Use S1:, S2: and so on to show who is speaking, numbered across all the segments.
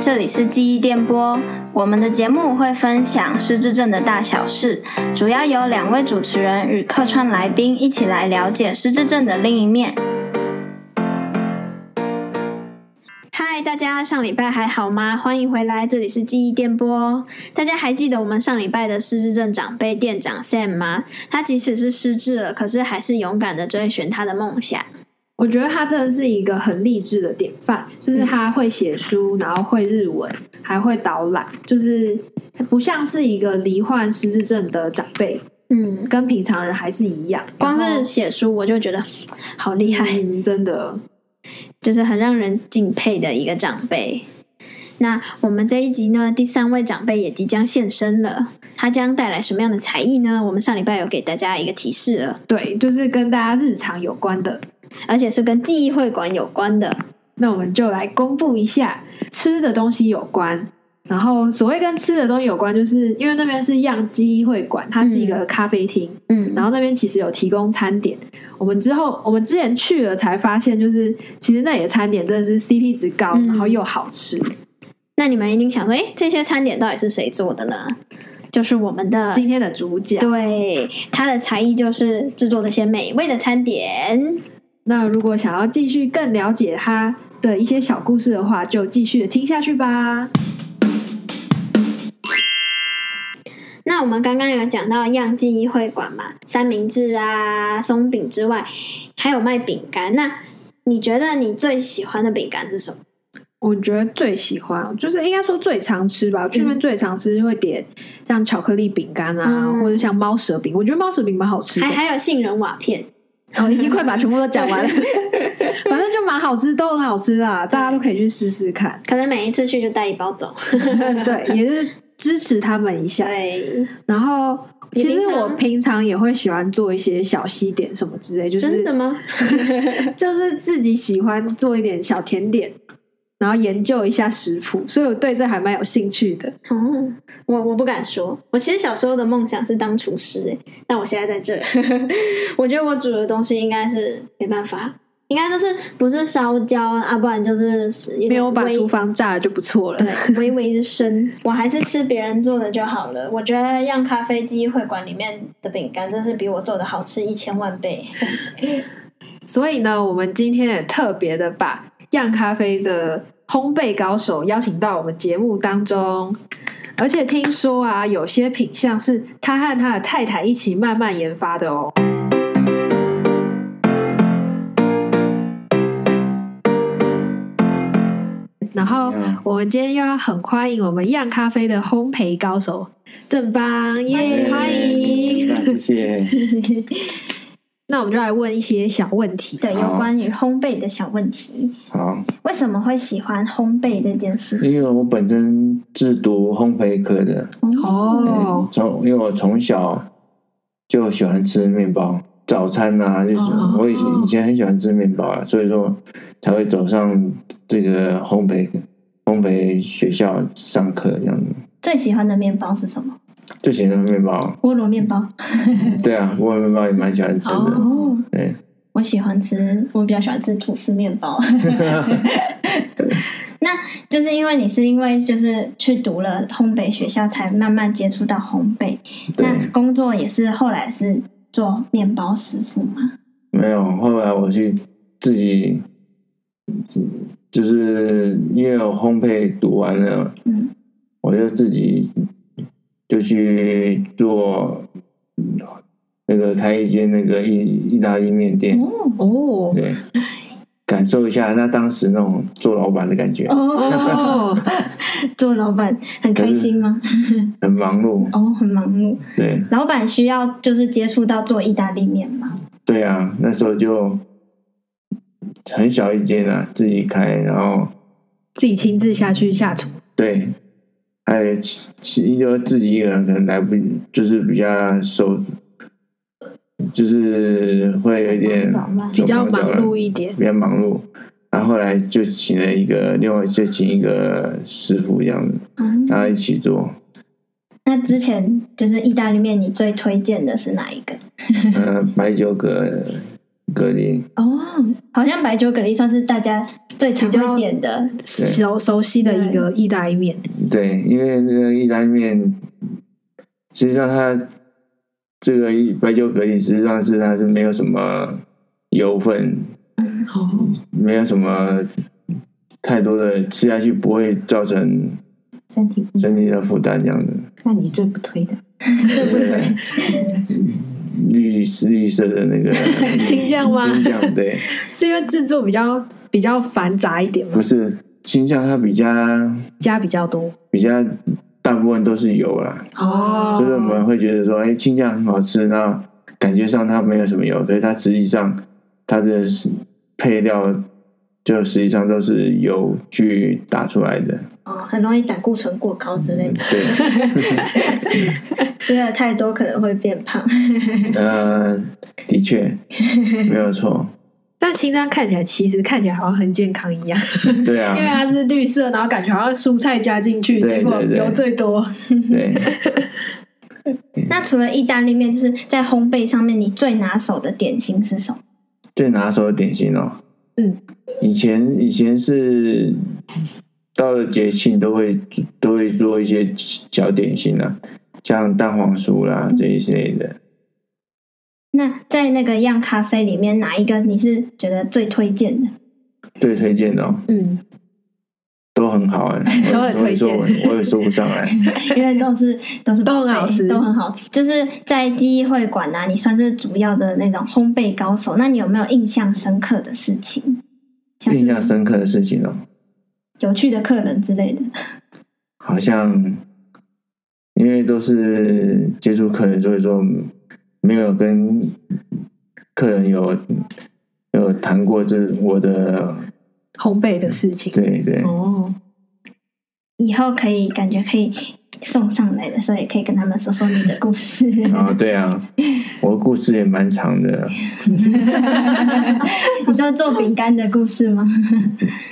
S1: 这里是记忆电波。我们的节目会分享失智症的大小事，主要由两位主持人与客串来宾一起来了解失智症的另一面。嗨，大家上礼拜还好吗？欢迎回来，这里是记忆电波。大家还记得我们上礼拜的失智症长辈店长 Sam 吗？他即使是失智了，可是还是勇敢的追寻他的梦想。
S2: 我觉得他真的是一个很励志的典范，就是
S1: 嗯
S2: 他会写书，然后会日文，还会导览，就是不像是一个罹患失智症的长辈，
S1: 嗯，
S2: 跟平常人还是一样。
S1: 光
S2: 然
S1: 是
S2: 后
S1: 写书我就觉得 好 厉害。
S2: 嗯真的，
S1: 就是很让人敬佩的一个长辈。那我们这一集呢，第三位长辈也即将现身了，他将带来什么样的才艺呢？我们上礼拜有给大家一个提示了，
S2: 对，就是跟大家日常有关的。
S1: 而且是跟记忆会馆有关的。
S2: 那我们就来公布一下吃的东西有关。然后，所谓跟吃的东西有关，就是因为那边是样机会馆，它是一个咖啡厅，
S1: 嗯
S2: 然后那边其实有提供餐点。我们之后，我们之前去了才发现，就是其实那里的餐点真的是 CP 值高，
S1: 嗯
S2: 然后又好吃。
S1: 那你们一定想说，哎诶，这些餐点到底是谁做的呢？就是我们的。
S2: 今天的主角，
S1: 对，他的才艺就是制作这些美味的餐点。
S2: 那如果想要继续更了解他的一些小故事的话，就继续地听下去吧。
S1: 那我们刚刚有讲到样记忆会馆嘛，三明治啊、松饼之外，还有卖饼干。那你觉得你最喜欢的饼干是什么？
S2: 我觉得最喜欢就是应该说最常吃吧，去那边最常吃会点像巧克力饼干啊，
S1: 嗯
S2: 或者像猫舌饼。我觉得猫舌饼蛮好吃的
S1: 还，还有杏仁瓦片，
S2: 我、哦、已经快把全部都讲 完了，反正就蛮好吃，都很好吃啦，大家都可以去试试看。
S1: 可能每一次去就带一包 走。
S2: 对，也是支持他们一下。
S1: 对，
S2: 然后
S1: 你
S2: 其
S1: 平
S2: 实
S1: 常
S2: 我平常也会喜欢做一些小西点什么之类，就是
S1: 真的吗？
S2: 就是自己喜欢做一点小甜点，然后研究一下食谱，所以我对这还蛮有兴趣的。
S1: 哦，我我不敢说，我其实小时候的梦想是当厨师，哎，但我现在在这儿， 我觉得我煮的东西应该是没办法。应该就是不是烧焦啊，不然就是点
S2: 没有把
S1: 微
S2: 厨房炸了就不错了。
S1: 对， 微微的生，我还是吃别人做的就好了。我觉得让咖啡机会馆里面的饼干，真是比我做的好吃一千万倍。
S2: 所以呢，我们今天也特别的把样咖啡的烘焙高手邀请到我们节目当中。而且听说啊，有些品相是他和他的太太一起慢慢研发的哦。然后
S3: 嗯
S2: 我们今天又要很欢迎我们样咖啡的烘焙高手正邦，耶、欢迎！
S3: 谢谢。
S2: 那我们就来问一些小问题。
S1: 对，有
S3: 好
S1: 关于烘焙的小问题，
S3: 好，
S1: 为什么会喜欢烘焙这件事？
S3: 因为我本身是读烘焙科的，
S2: 哦，
S3: 从因为我从小就喜欢吃面包，早餐啊，就是
S2: 哦
S3: 我以前以前很喜欢吃面包啊，所以说才会走上这个烘焙烘焙学校上课这样子。
S1: 最喜欢的面包是什么？
S3: 最喜欢的面包，
S1: 菠萝面包。
S3: 对啊，我面包也蛮喜欢吃的，
S1: 哦，
S3: 对，
S1: 我喜欢吃，我比较喜欢吃吐司面 包。那就是因为你是因为就是去读了烘焙学校，才慢慢接触到烘焙。那
S3: 对，
S1: 工作也是后来是做面包师傅嘛？
S3: 没有。后来我去自己，就是因为我烘焙读完了。
S1: 嗯，
S3: 我就自己就去做嗯那个开一间那个意意大利面店，
S1: 哦
S2: 哦
S3: 对，感受一下那当时那种做老板的感觉，
S1: 哦，
S2: 哦，
S1: 做老板很开心吗？
S3: 很忙碌，
S1: 哦，很忙碌。
S3: 对
S1: 老板需要就是接触到做意大利面嘛？
S3: 对啊，那时候就很小一间啊，自己开，然后
S2: 自己亲自下去下厨。
S3: 对，还其其就自己一个人可能来不，就是比较熟，就是会有一点
S1: 手忙脚乱
S2: 比较忙
S3: 手忙脚
S2: 碌
S3: 乱
S2: 一点。
S3: 比较忙碌，然后后来就请了一个，另外就请一个师傅这样子，
S1: 嗯，
S3: 然后一起做。
S1: 那之前就是意大利面，你最推荐的是哪一个？
S3: 呃，白酒葛葛蛤蜊，
S4: 哦，好像白酒蛤蜊算是大家最常会点的，
S2: 熟熟悉的一个意大利面。
S3: 对，因为那个意大利面，实际上它这个一白酒蛤蜊，实际上是它是没有什么油分，
S2: 哦，
S3: 没有什么太多的吃下去不会造成
S1: 身体不
S3: 身体的负担这样的。
S1: 那你最不推的，
S3: 对不对？ 绿绿色的那个
S2: 青酱吗
S3: 青酱对，
S2: 是因为制作比较比较繁杂一点嘛，
S3: 不是青酱，它比较
S2: 加比较多。
S3: 比较大部分都是油啦，
S2: 哦
S3: 就是我们会觉得说，哎，青酱很好吃，那感觉上它没有什么油，可是它实际上它的配料就实际上都是油去打出来的，
S1: 哦，很容易胆固醇过高之类的，
S3: 对，
S1: 吃了太多可能会变胖。
S3: 呃，的确没有错，
S2: 但青章看起来其实看起来好像很健康一样，
S3: 对啊
S2: 因为，它是绿色，然后感觉好像蔬菜加进去，
S3: 对
S2: 结果
S3: 对对
S2: 油最多。
S3: 对。
S1: 那除了意大利面，就是在烘焙上面，你最拿手的点心是什么？
S3: 最拿手的点心哦。
S2: 嗯，
S3: 以前以前是到了节庆都会都会做一些小点心啦、像蛋黄酥啦
S2: 嗯
S3: 这一类的。
S1: 那在那个样咖啡里面，哪一个你是觉得最推 荐的？
S3: 最推荐的、哦、
S2: 嗯，
S3: 都很好哎、
S2: 都很推荐
S3: 我也说我也说不 上来。
S1: 因为都是都是
S2: 都很好吃
S1: 都很好吃。就是在记忆会馆啊，你算是主要的那种烘焙高手。那你有没有印象深刻的事情？像
S3: 印象
S1: 是
S3: 深刻的事情哦，
S1: 有趣的客人之类的？
S3: 好像因为都是接触客人，所以说没有跟客人有有谈过这我的
S2: 烘焙的事情。
S3: 对对。
S2: 哦，
S1: 以后可以感觉可以送上来的时候，也可以跟他们说说你的故 事。
S3: 啊，对啊，我的故事也蛮长的。
S1: 你说做饼干的故事吗？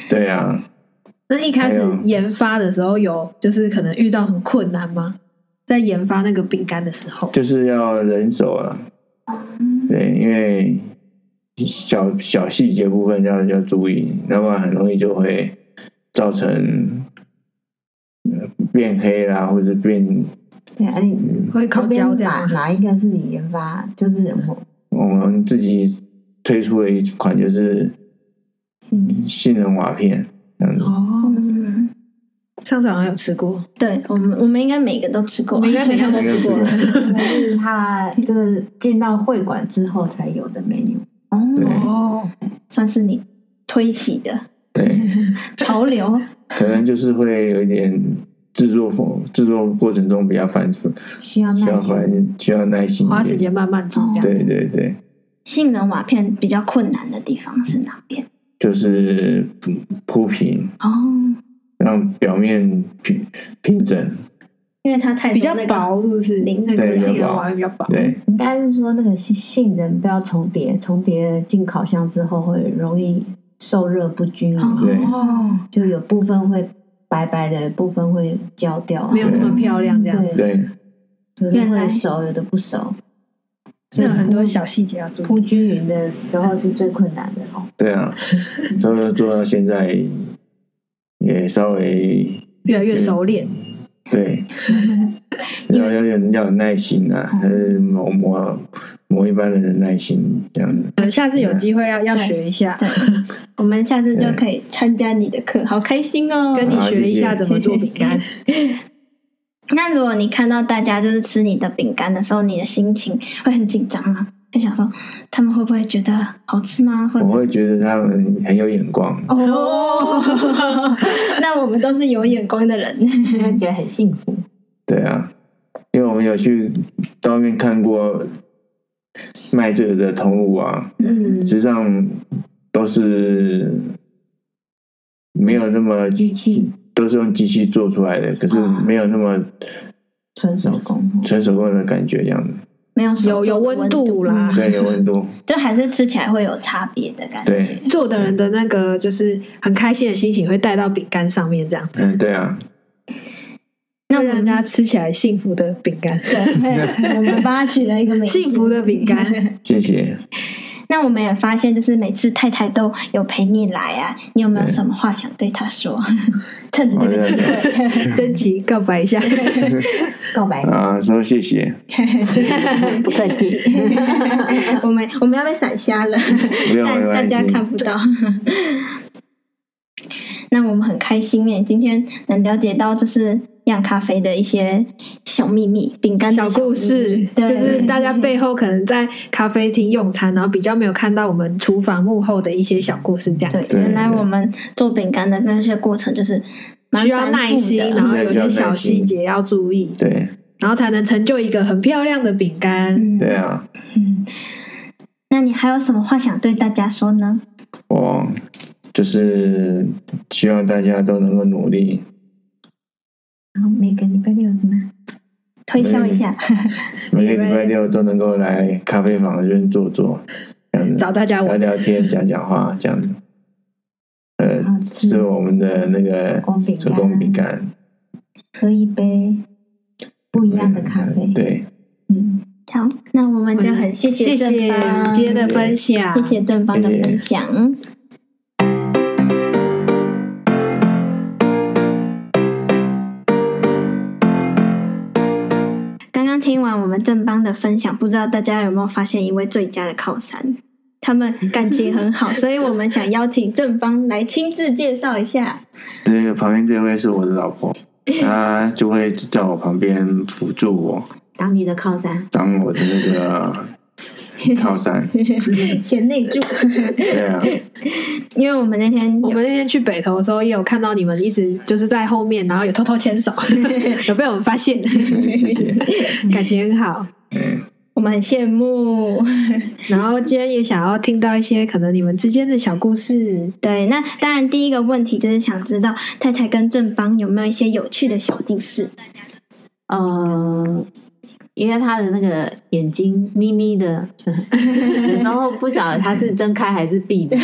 S3: 对啊，
S2: 那一开始
S3: 哎呦
S2: 研发的时候有就是可能遇到什么困难吗？在研发那个饼干的时候，
S3: 就是要人手啊。对，因为小小细节部分要要注意，要不然很容易就会造成、呃变黑啦，或者变
S5: 对啊，你
S2: 会烤焦这样
S5: 哪
S2: 吗？
S5: 哪一个是你研发？就是 我
S3: 我们自己推出了一款就是杏仁瓦片，这样子。
S2: 哦，
S1: 嗯，
S2: 上次好像有吃 过，
S1: 对我们我们应该每个都吃
S2: 我
S1: 过
S2: 们。应该每样都吃过
S3: 应。该吃
S5: 是他就是进到会馆之后才有的 menu。
S3: 对
S1: 哦，
S2: 哦，
S1: 算是你推起的
S3: 对，
S1: 潮流。
S3: 可能就是会有一点制作风，制作过程中比较繁复，
S5: 需要
S3: 需
S5: 耐
S3: 要
S5: 心。
S3: 环需要耐心一点，
S2: 花时间慢慢做这
S3: 对
S2: 样子。
S3: 对对，
S1: 性能瓦片比较困难的地方是哪边？
S3: 就是铺铺平，
S1: 哦，
S3: 让表面平平整。
S1: 因为它太多
S2: 比较
S1: 那个
S2: 薄，是不是？
S1: 零
S2: 那个
S3: 对
S2: 杏
S3: 比
S2: 仁
S3: 较薄
S2: 瓦比较薄。
S3: 对
S5: 应该是说那个杏杏仁不要重叠，重叠进烤箱之后会容易受热不均匀，
S3: 对
S1: 哦，
S5: 就有部分会白白的，部分会焦掉啊。
S2: 没有那么漂亮，这样
S5: 对
S3: 对
S5: 有的
S1: 原来
S5: 会熟，有的不熟。
S2: 是有很多小细节要注意。
S5: 铺均匀的时候是最困难的 哦。
S3: 对啊，所以说做到现在也稍微
S2: 越来越熟练，
S3: 对，要要有要有耐心啊，还是磨磨磨一般人的耐心这样子。
S2: 嗯，下次有机会要要
S1: 对
S2: 学一下，
S1: 对， 我们下次就可以参加你的课，好开心哦！
S2: 跟你
S3: 好
S2: 学一
S3: 谢谢
S2: 下怎么做饼干。
S1: 那如果你看到大家就是吃你的饼干的时候，你的心情会很紧张吗？会想说他们会不会觉得好吃吗？或者
S3: 我会觉得他们很有眼光，
S1: 哦， 那我们都是有眼光的人，
S5: 因为觉得很幸福。
S3: 对啊，因为我们有去到外面看过卖这个的通路啊，
S2: 嗯
S3: 实际上都是没有那么
S5: 机器
S3: 都是用机器做出来的，可是没有那么
S5: 纯手工哦，
S3: 纯手工的感觉，这样子
S1: 没有手
S2: 有有
S1: 做的
S2: 温度啦，
S3: 对，有温度，
S1: 就还是吃起来会有差别的感觉。
S3: 对，
S2: 做的人的那个就是很开心的心情会带到饼干上面，这样子
S3: 嗯，对啊，
S1: 那我
S2: 会让人
S1: 们
S2: 家吃起来幸福的饼干，
S1: 对，我们帮他取了一个名字，
S2: 幸福的饼干。
S3: 谢谢，
S1: 那我们也发现，就是每次太太都有陪你来啊，你有没有
S3: 对哦
S1: 什么话想对她说？ 趁着
S3: 我
S1: 这
S3: 这
S1: 个
S3: 样
S1: 机
S3: 讲
S1: 会，
S2: 珍奇告白一下，
S5: 告白
S3: 啊，说谢谢，
S5: 不客气，
S1: 我们我们要被闪瞎了，
S3: 没有
S1: 但
S3: 没
S1: 大
S3: 关系
S1: 家看不到。 那我们很开心耶，今天能了解到就是酿咖啡的一些小秘密、饼干的
S2: 小故
S1: 小
S2: 事，
S1: 秘密
S2: 就
S1: 对
S2: 是大家背后可能在咖啡厅用餐，然后比较没有看到我们厨房幕后的一些小故事，这 样
S1: 对
S2: 子，
S3: 对
S1: 原来我们做饼干的那些过程就是蛮
S2: 需要
S1: 繁复的
S2: 耐心，啊然后有些小细节要注意，
S3: 对
S2: 然后才能成就一个很漂亮的饼干。
S1: 嗯
S3: 对啊，
S1: 嗯，那你还有什么话想对大家说呢？
S3: 我就是希望大家都能够努力，
S5: 然后每个礼拜六什么
S1: 推销一下，
S3: 每个礼拜六都能够来咖啡坊这边坐坐，这样子
S2: 找大家
S3: 聊
S2: 玩，
S3: 聊天、讲讲话，这样子。呃，
S5: 好吃
S3: 吃我们的那个
S5: 啊手工饼干啊
S3: 手工饼干，
S5: 喝一杯不一样的咖啡，
S3: 对，
S5: 嗯，
S1: 好，那我们就很谢
S2: 谢
S1: 正
S2: 谢
S1: 方，
S2: 今天的分享，
S1: 谢谢正方的分享。刚刚听完我们正邦的分享，不知道大家有没有发现一位最佳的靠山？他们感情很好，所以我们想邀请正邦来亲自介绍一下。
S3: 这个旁边这位是我的老婆，她就会在我旁边辅助我，
S5: 当你的靠山，
S3: 当我的那 个靠山。
S1: 贤内助，
S3: 对啊，
S1: 因为我们那天有
S2: 我们那天去北投的时候，也有看到你们一直就是在后面，然后有偷偷 牵手，有被我们发现，
S3: 嗯谢谢。
S2: 感情很好。
S3: 嗯，
S1: 我们很羡慕。
S2: 然后今天也想要听到一些可能你们之间的小故事，
S1: 对，那当然第一个问题就是想知道太太跟正邦有没有一些有趣的小故事。
S5: 呃，因为他的那个眼睛眯眯的， 有时候不晓得他是睁开还是闭着。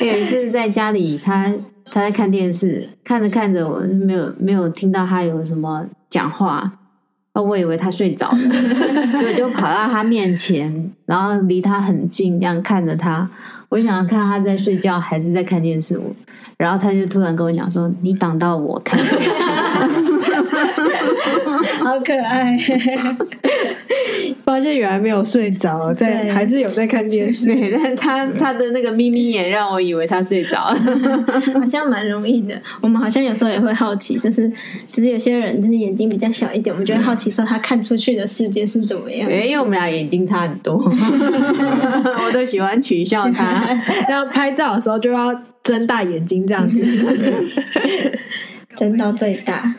S5: 有一次在家里，他他在看电视，看着看着，我就是没有没有听到他有什么讲话，呃我以为他睡着了，就就跑到他面前，然后离他很近，这样看着他。我想要看他在睡觉还是在看电视，我然后他就突然跟我讲说：“你挡到我看电视。”
S1: 好可爱，
S2: 发现原来没有睡着，在
S1: 对
S2: 还是有在看电 视。
S5: 对，但是他他的那个眯眯眼让我以为他睡着了。
S1: 好像蛮容易的。我们好像有时候也会好奇，就是就是有些人就是眼睛比较小一点，我们就会好奇说他看出去的世界是怎么样。
S5: 因为我们俩眼睛差很多，我都喜欢取笑他。
S2: 要拍照的时候就要睁大眼睛这样子。
S1: 嗯增到最大。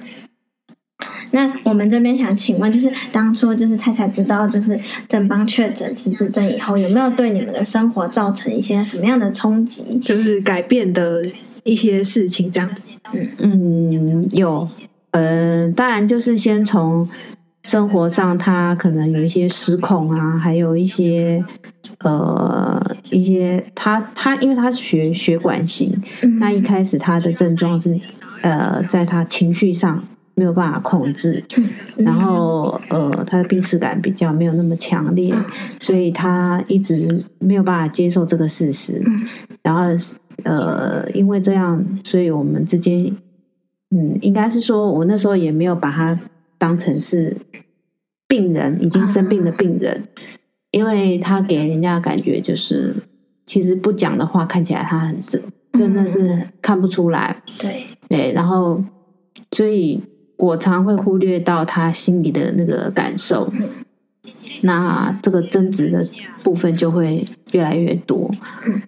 S1: 那我们这边想请问，就是当初就是太太知道就是正邦确诊失智症以后，有没有对你们的生活造成一些什么样的冲击？
S2: 就是改变的一些事情这样子。
S6: 嗯，有，呃，当然就是先从生活上，他可能有一些失控啊，还有一些呃一些他他，因为他学血管型，那一开始他的症状是呃，在他情绪上没有办法控制，然
S1: 嗯
S6: 后呃，他的病耻感比较没有那么强烈，所以他一直没有办法接受这个事实，然后呃，因为这样，所以我们之间，嗯，应该是说我那时候也没有把他当成是病人，已经生病的病人，因为他给人家的感觉就是，其实不讲的话，看起来他很真，真的是看不出来。
S1: 对，
S6: 对，然后所以我常会忽略到他心里的那个感受，那这个争执的部分就会越来越多，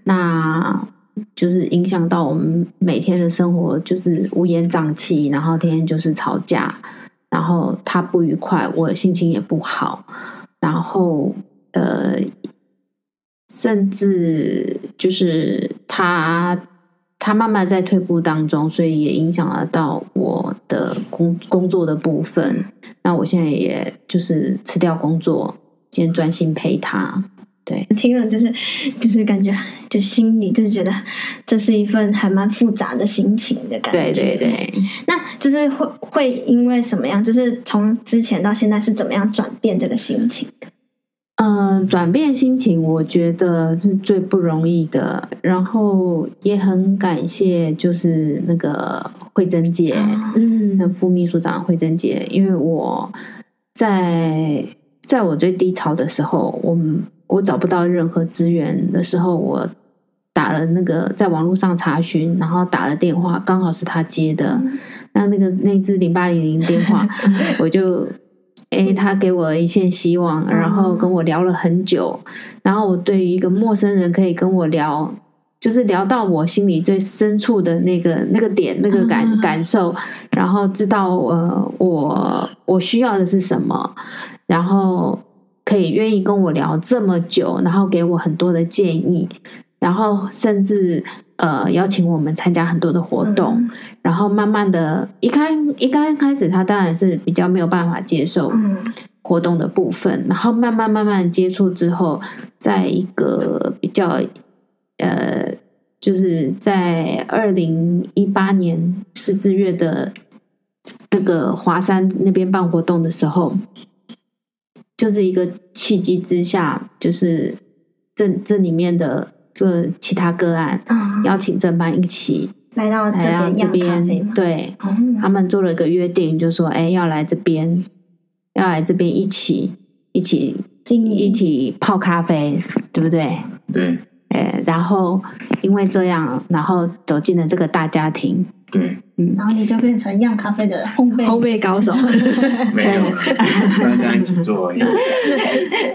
S6: 那就是影响到我们每天的生活，就是乌烟瘴气，然后天天就是吵架，然后他不愉快，我心情也不好，然后呃，甚至就是他他慢慢在退步当中，所以也影响了到我的工工作的部分。那我现在也就是辞掉工作，先专心陪他。
S1: 听了就是就是感觉就心里就觉得这是一份还蛮复杂的心情的感觉。
S6: 对对。对，
S1: 那就是会会因为什么样？就是从之前到现在是怎么样转变这个心情？
S6: 嗯、嗯、转变心情，我觉得是最不容易的。然后也很感谢，就是那个慧珍姐，
S1: 嗯
S6: 那副秘书长慧珍姐，因为我在在我最低潮的时候，我我找不到任何资源的时候，我打了那个在网络上查询，然后打了电话，刚好是他接的，那那个那支零八零零电话，我就。诶，他给我一线希望，然后跟我聊了很久，然后我对于一个陌生人可以跟我聊，就是聊到我心里最深处的那个那个点，那个感、感受，然后知道呃我我需要的是什么，然后可以愿意跟我聊这么久，然后给我很多的建议，然后甚至呃邀请我们参加很多的
S1: 嗯
S6: 活动，然后慢慢的，一开一刚开始他当然是比较没有办法接受
S1: 嗯
S6: 活动的部分，然后慢慢慢慢接触之后，在一个比较呃，就是在二零一八年十字月的那个华山那边办活动的时候，就是一个契机之下，就是这这里面的个其他个案
S1: 嗯，
S6: 邀请正班一起
S1: 来到哦这
S6: 来到
S1: 边
S6: 这
S1: 样咖啡
S6: 边，
S1: 嘛，
S6: 对，
S1: 哦
S6: 他们做了一个约定，就说：“哎，要来这边，要来这边一起一起
S1: 经营
S6: 一起泡咖啡，对不对
S3: 对？”
S6: 哎，然后因为这样，然后走进了这个大家庭。
S3: 对，
S1: 然后你就变成样咖啡的烘焙
S2: 烘 焙高手，
S3: 没有了，大家一起做而 已。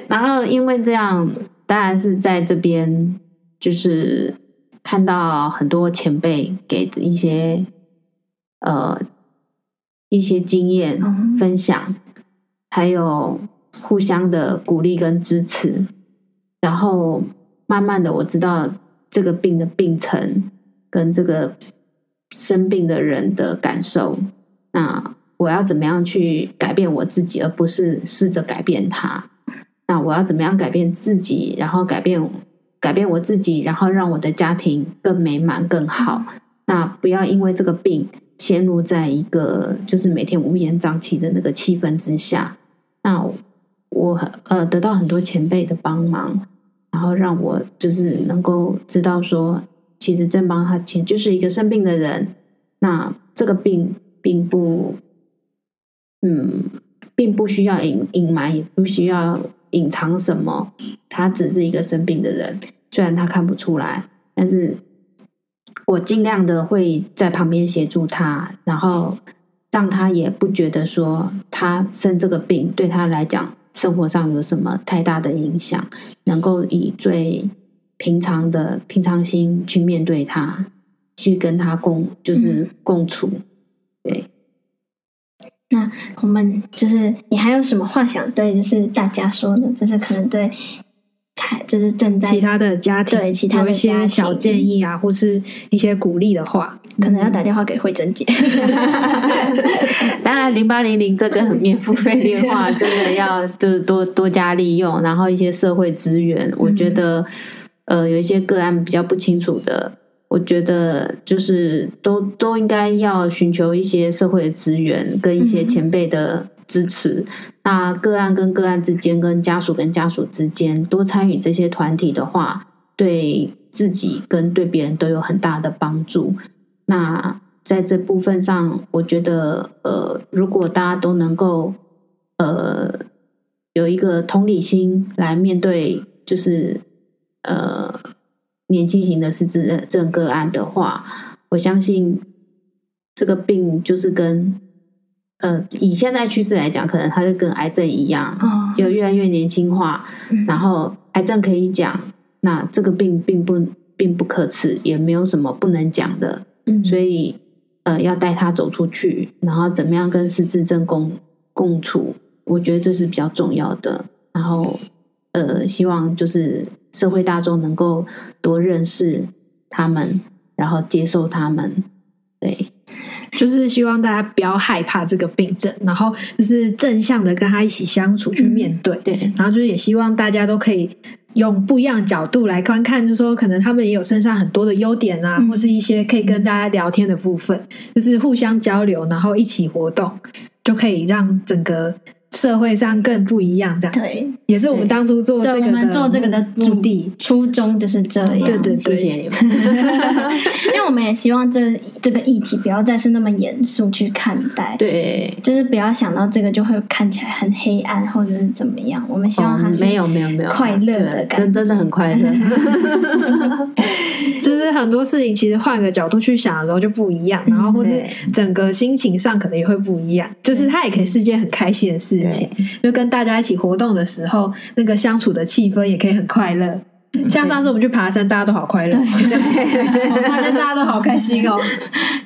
S6: 然后因为这样，当然是在这边就是看到很多前辈给的一些呃一些经验
S1: 嗯
S6: 分享，还有互相的鼓励跟支持。然后慢慢的，我知道这个病的病程跟这个生病的人的感受。那我要怎么样去改变我自己，而不是试着改变他？那我要怎么样改变自己，然后改变改变我自己，然后让我的家庭更美满、更好？那不要因为这个病陷入在一个就是每天乌烟瘴气的那个气氛之下。那我呃得到很多前辈的帮忙，然后让我就是能够知道说，其实正邦他其实就是一个生病的人，那这个病并不，嗯，并不需要隐隐瞒，也不需要隐藏什么，他只是一个生病的人，虽然他看不出来，但是我尽量的会在旁边协助他，然后让他也不觉得说他生这个病对他来讲生活上有什么太大的影响，能够以最平常的平常心去面对他，去跟他共就是共处。
S1: 我们就是你还有什么话想对就是大家说呢？就是可能对，看就是正在
S2: 其他的家庭
S1: 对其他的
S2: 有一
S1: 家
S2: 些
S1: 庭
S2: 小建议啊，或是一些鼓励的话，
S1: 可能要打电话给慧 珍姐，
S6: 当然，零八零零这个免付费电话真的要就是多多加利用，然后一些社会资源，我觉得呃有一些个案比较不清楚的，我觉得就是都都应该要寻求一些社会的资源跟一些前辈的支持。那个案跟个案之间，跟家属跟家属之间多参与这些团体的话，对自己跟对别人都有很大的帮助。那在这部分上，我觉得呃，如果大家都能够呃有一个同理心来面对，就是呃年轻型的失智症个案的话，我相信这个病就是跟呃以现在趋势来讲，可能它就跟癌症一样，
S1: 哦嗯
S6: 有越来越年轻化，然后癌症可以讲，那这个病并不并不可耻，也没有什么不能讲的，
S2: 嗯
S6: 所以呃要带他走出去，然后怎么样跟失智症共共处，我觉得这是比较重要的。然后呃，希望就是社会大众能够多认识他们，然后接受他们，对。
S2: 就是希望大家不要害怕这个病症，然后就是正向的跟他一起相处
S1: 嗯
S2: 去面对，
S6: 对，
S2: 然后就是也希望大家都可以用不一样的角度来观看，就是说可能他们也有身上很多的优点
S1: 嗯
S2: 啊，或是一些可以跟大家聊天的部分，就是互相交流，然后一起活动，就可以让整个社会上更不一样，这样子，
S1: 对，
S2: 也是我们
S1: 对
S2: 当初做
S1: 对
S2: 这个
S1: 我们做这个的
S2: 目目的。
S1: 初衷就是这样。
S2: 对对
S5: 谢
S2: 对，
S5: 谢你们。
S1: 因为我们也希望这这个议题不要再是那么严肃去看待，
S5: 对，
S1: 就是不要想到这个就会看起来很黑暗或者是怎么样。我们 希望
S5: 哦
S6: 嗯
S1: 它是、
S5: 没有没有没有
S1: 快乐
S6: 啊
S5: 对
S1: 的感
S5: 真真的很快乐。
S2: 就是很多事情其实换个角度去想的时候就不一样，然后或是
S5: 对
S2: 整个心情上可能也会不一样。就是它也可以是件很开心的事情，就跟大家一起活动的时候，那个相处的气氛也可以很快乐。像上次我们去爬山，大家都好快乐， 我发现大家都好开心 哦。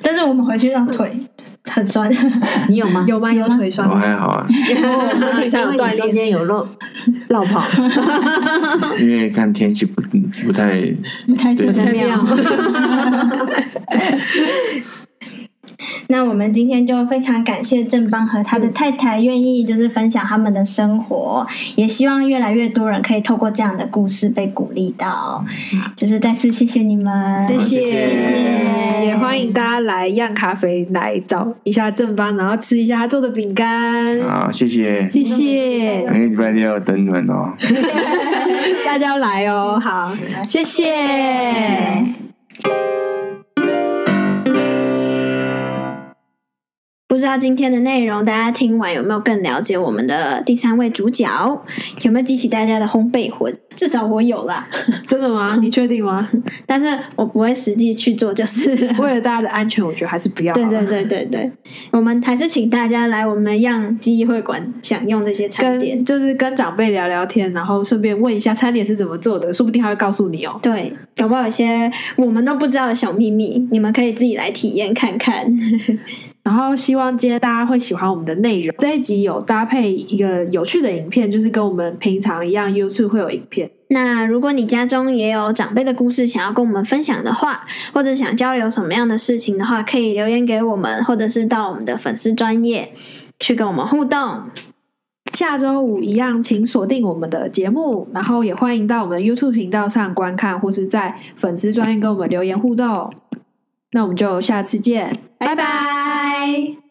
S1: 但是我们回去让腿很酸，
S5: 你有吗？
S2: 有吗？有腿酸
S3: 我
S2: 吗？
S3: 还好啊，
S5: 我
S2: 们平常有锻炼
S5: 中间有漏绕跑，
S3: 因为看天气不不太
S1: 不太对
S3: 对。
S5: 太妙。
S1: 那我们今天就非常感谢正邦和他的太太愿意就是分享他们的生活，也希望越来越多人可以透过这样的故事被鼓励到。就是再次谢谢你们，
S2: 谢谢，
S1: 谢
S2: 也欢迎大家来样咖啡来找一下正邦，然后吃一下他做的饼干。
S3: 好，啊谢谢，
S2: 谢谢
S3: 每个礼拜六等你们哦。
S2: 大家要来哦，好，谢谢。
S4: 不知道今天的内容，大家听完有没有更了解我们的第三位主角？有没有激起大家的烘焙魂？至少我有啦，
S2: 真的吗？你确定吗？
S4: 但是我不会实际去做，就是 了。
S2: 为了大家的安全，我觉得还是不要好
S4: 对
S2: 了。
S4: 对对对对，我们还是请大家来我们样记忆会馆享用这些餐
S2: 跟
S4: 点。
S2: 就是跟长辈聊聊天，然后顺便问一下餐点是怎么做的，说不定他会告诉你哦。
S4: 对，搞不好有些我们都不知道的小秘密，你们可以自己来体验看看。
S2: 然后希望今天大家会喜欢我们的内容。这一集有搭配一个有趣的影片，就是跟我们平常一样，YouTube 会有影片。
S4: 那如果你家中也有长辈的故事想要跟我们分享的话，或者想交流什么样的事情的话，可以留言给我们，或者是到我们的粉丝专业去跟我们互动。
S2: 下周五一样，请锁定我们的节目，然后也欢迎到我们的 YouTube 频道上观看，或是在粉丝哦专页跟我们留言互动。那我们就下次见，
S4: 拜拜